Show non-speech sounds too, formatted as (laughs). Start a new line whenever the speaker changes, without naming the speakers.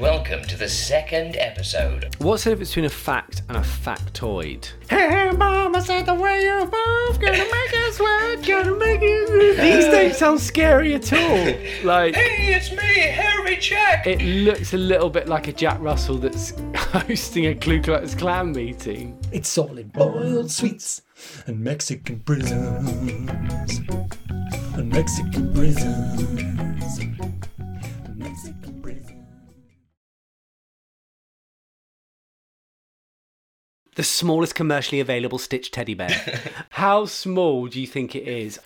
Welcome to the second episode.
What's the difference between a fact and a factoid?
Hey, mama said the way you move, gonna make us sweat, gonna make you.
(laughs) These don't sound scary at
(laughs)
all. Like,
Hey, it's me, Harry Jack.
it looks a little bit like a Jack Russell that's (laughs) hosting a Ku Klux Klan meeting.
It's all in boiled sweets and Mexican prisons. And Mexican prisons. And Mexican prisons.
(laughs) The smallest commercially available Stitch teddy bear. How small do you think it is?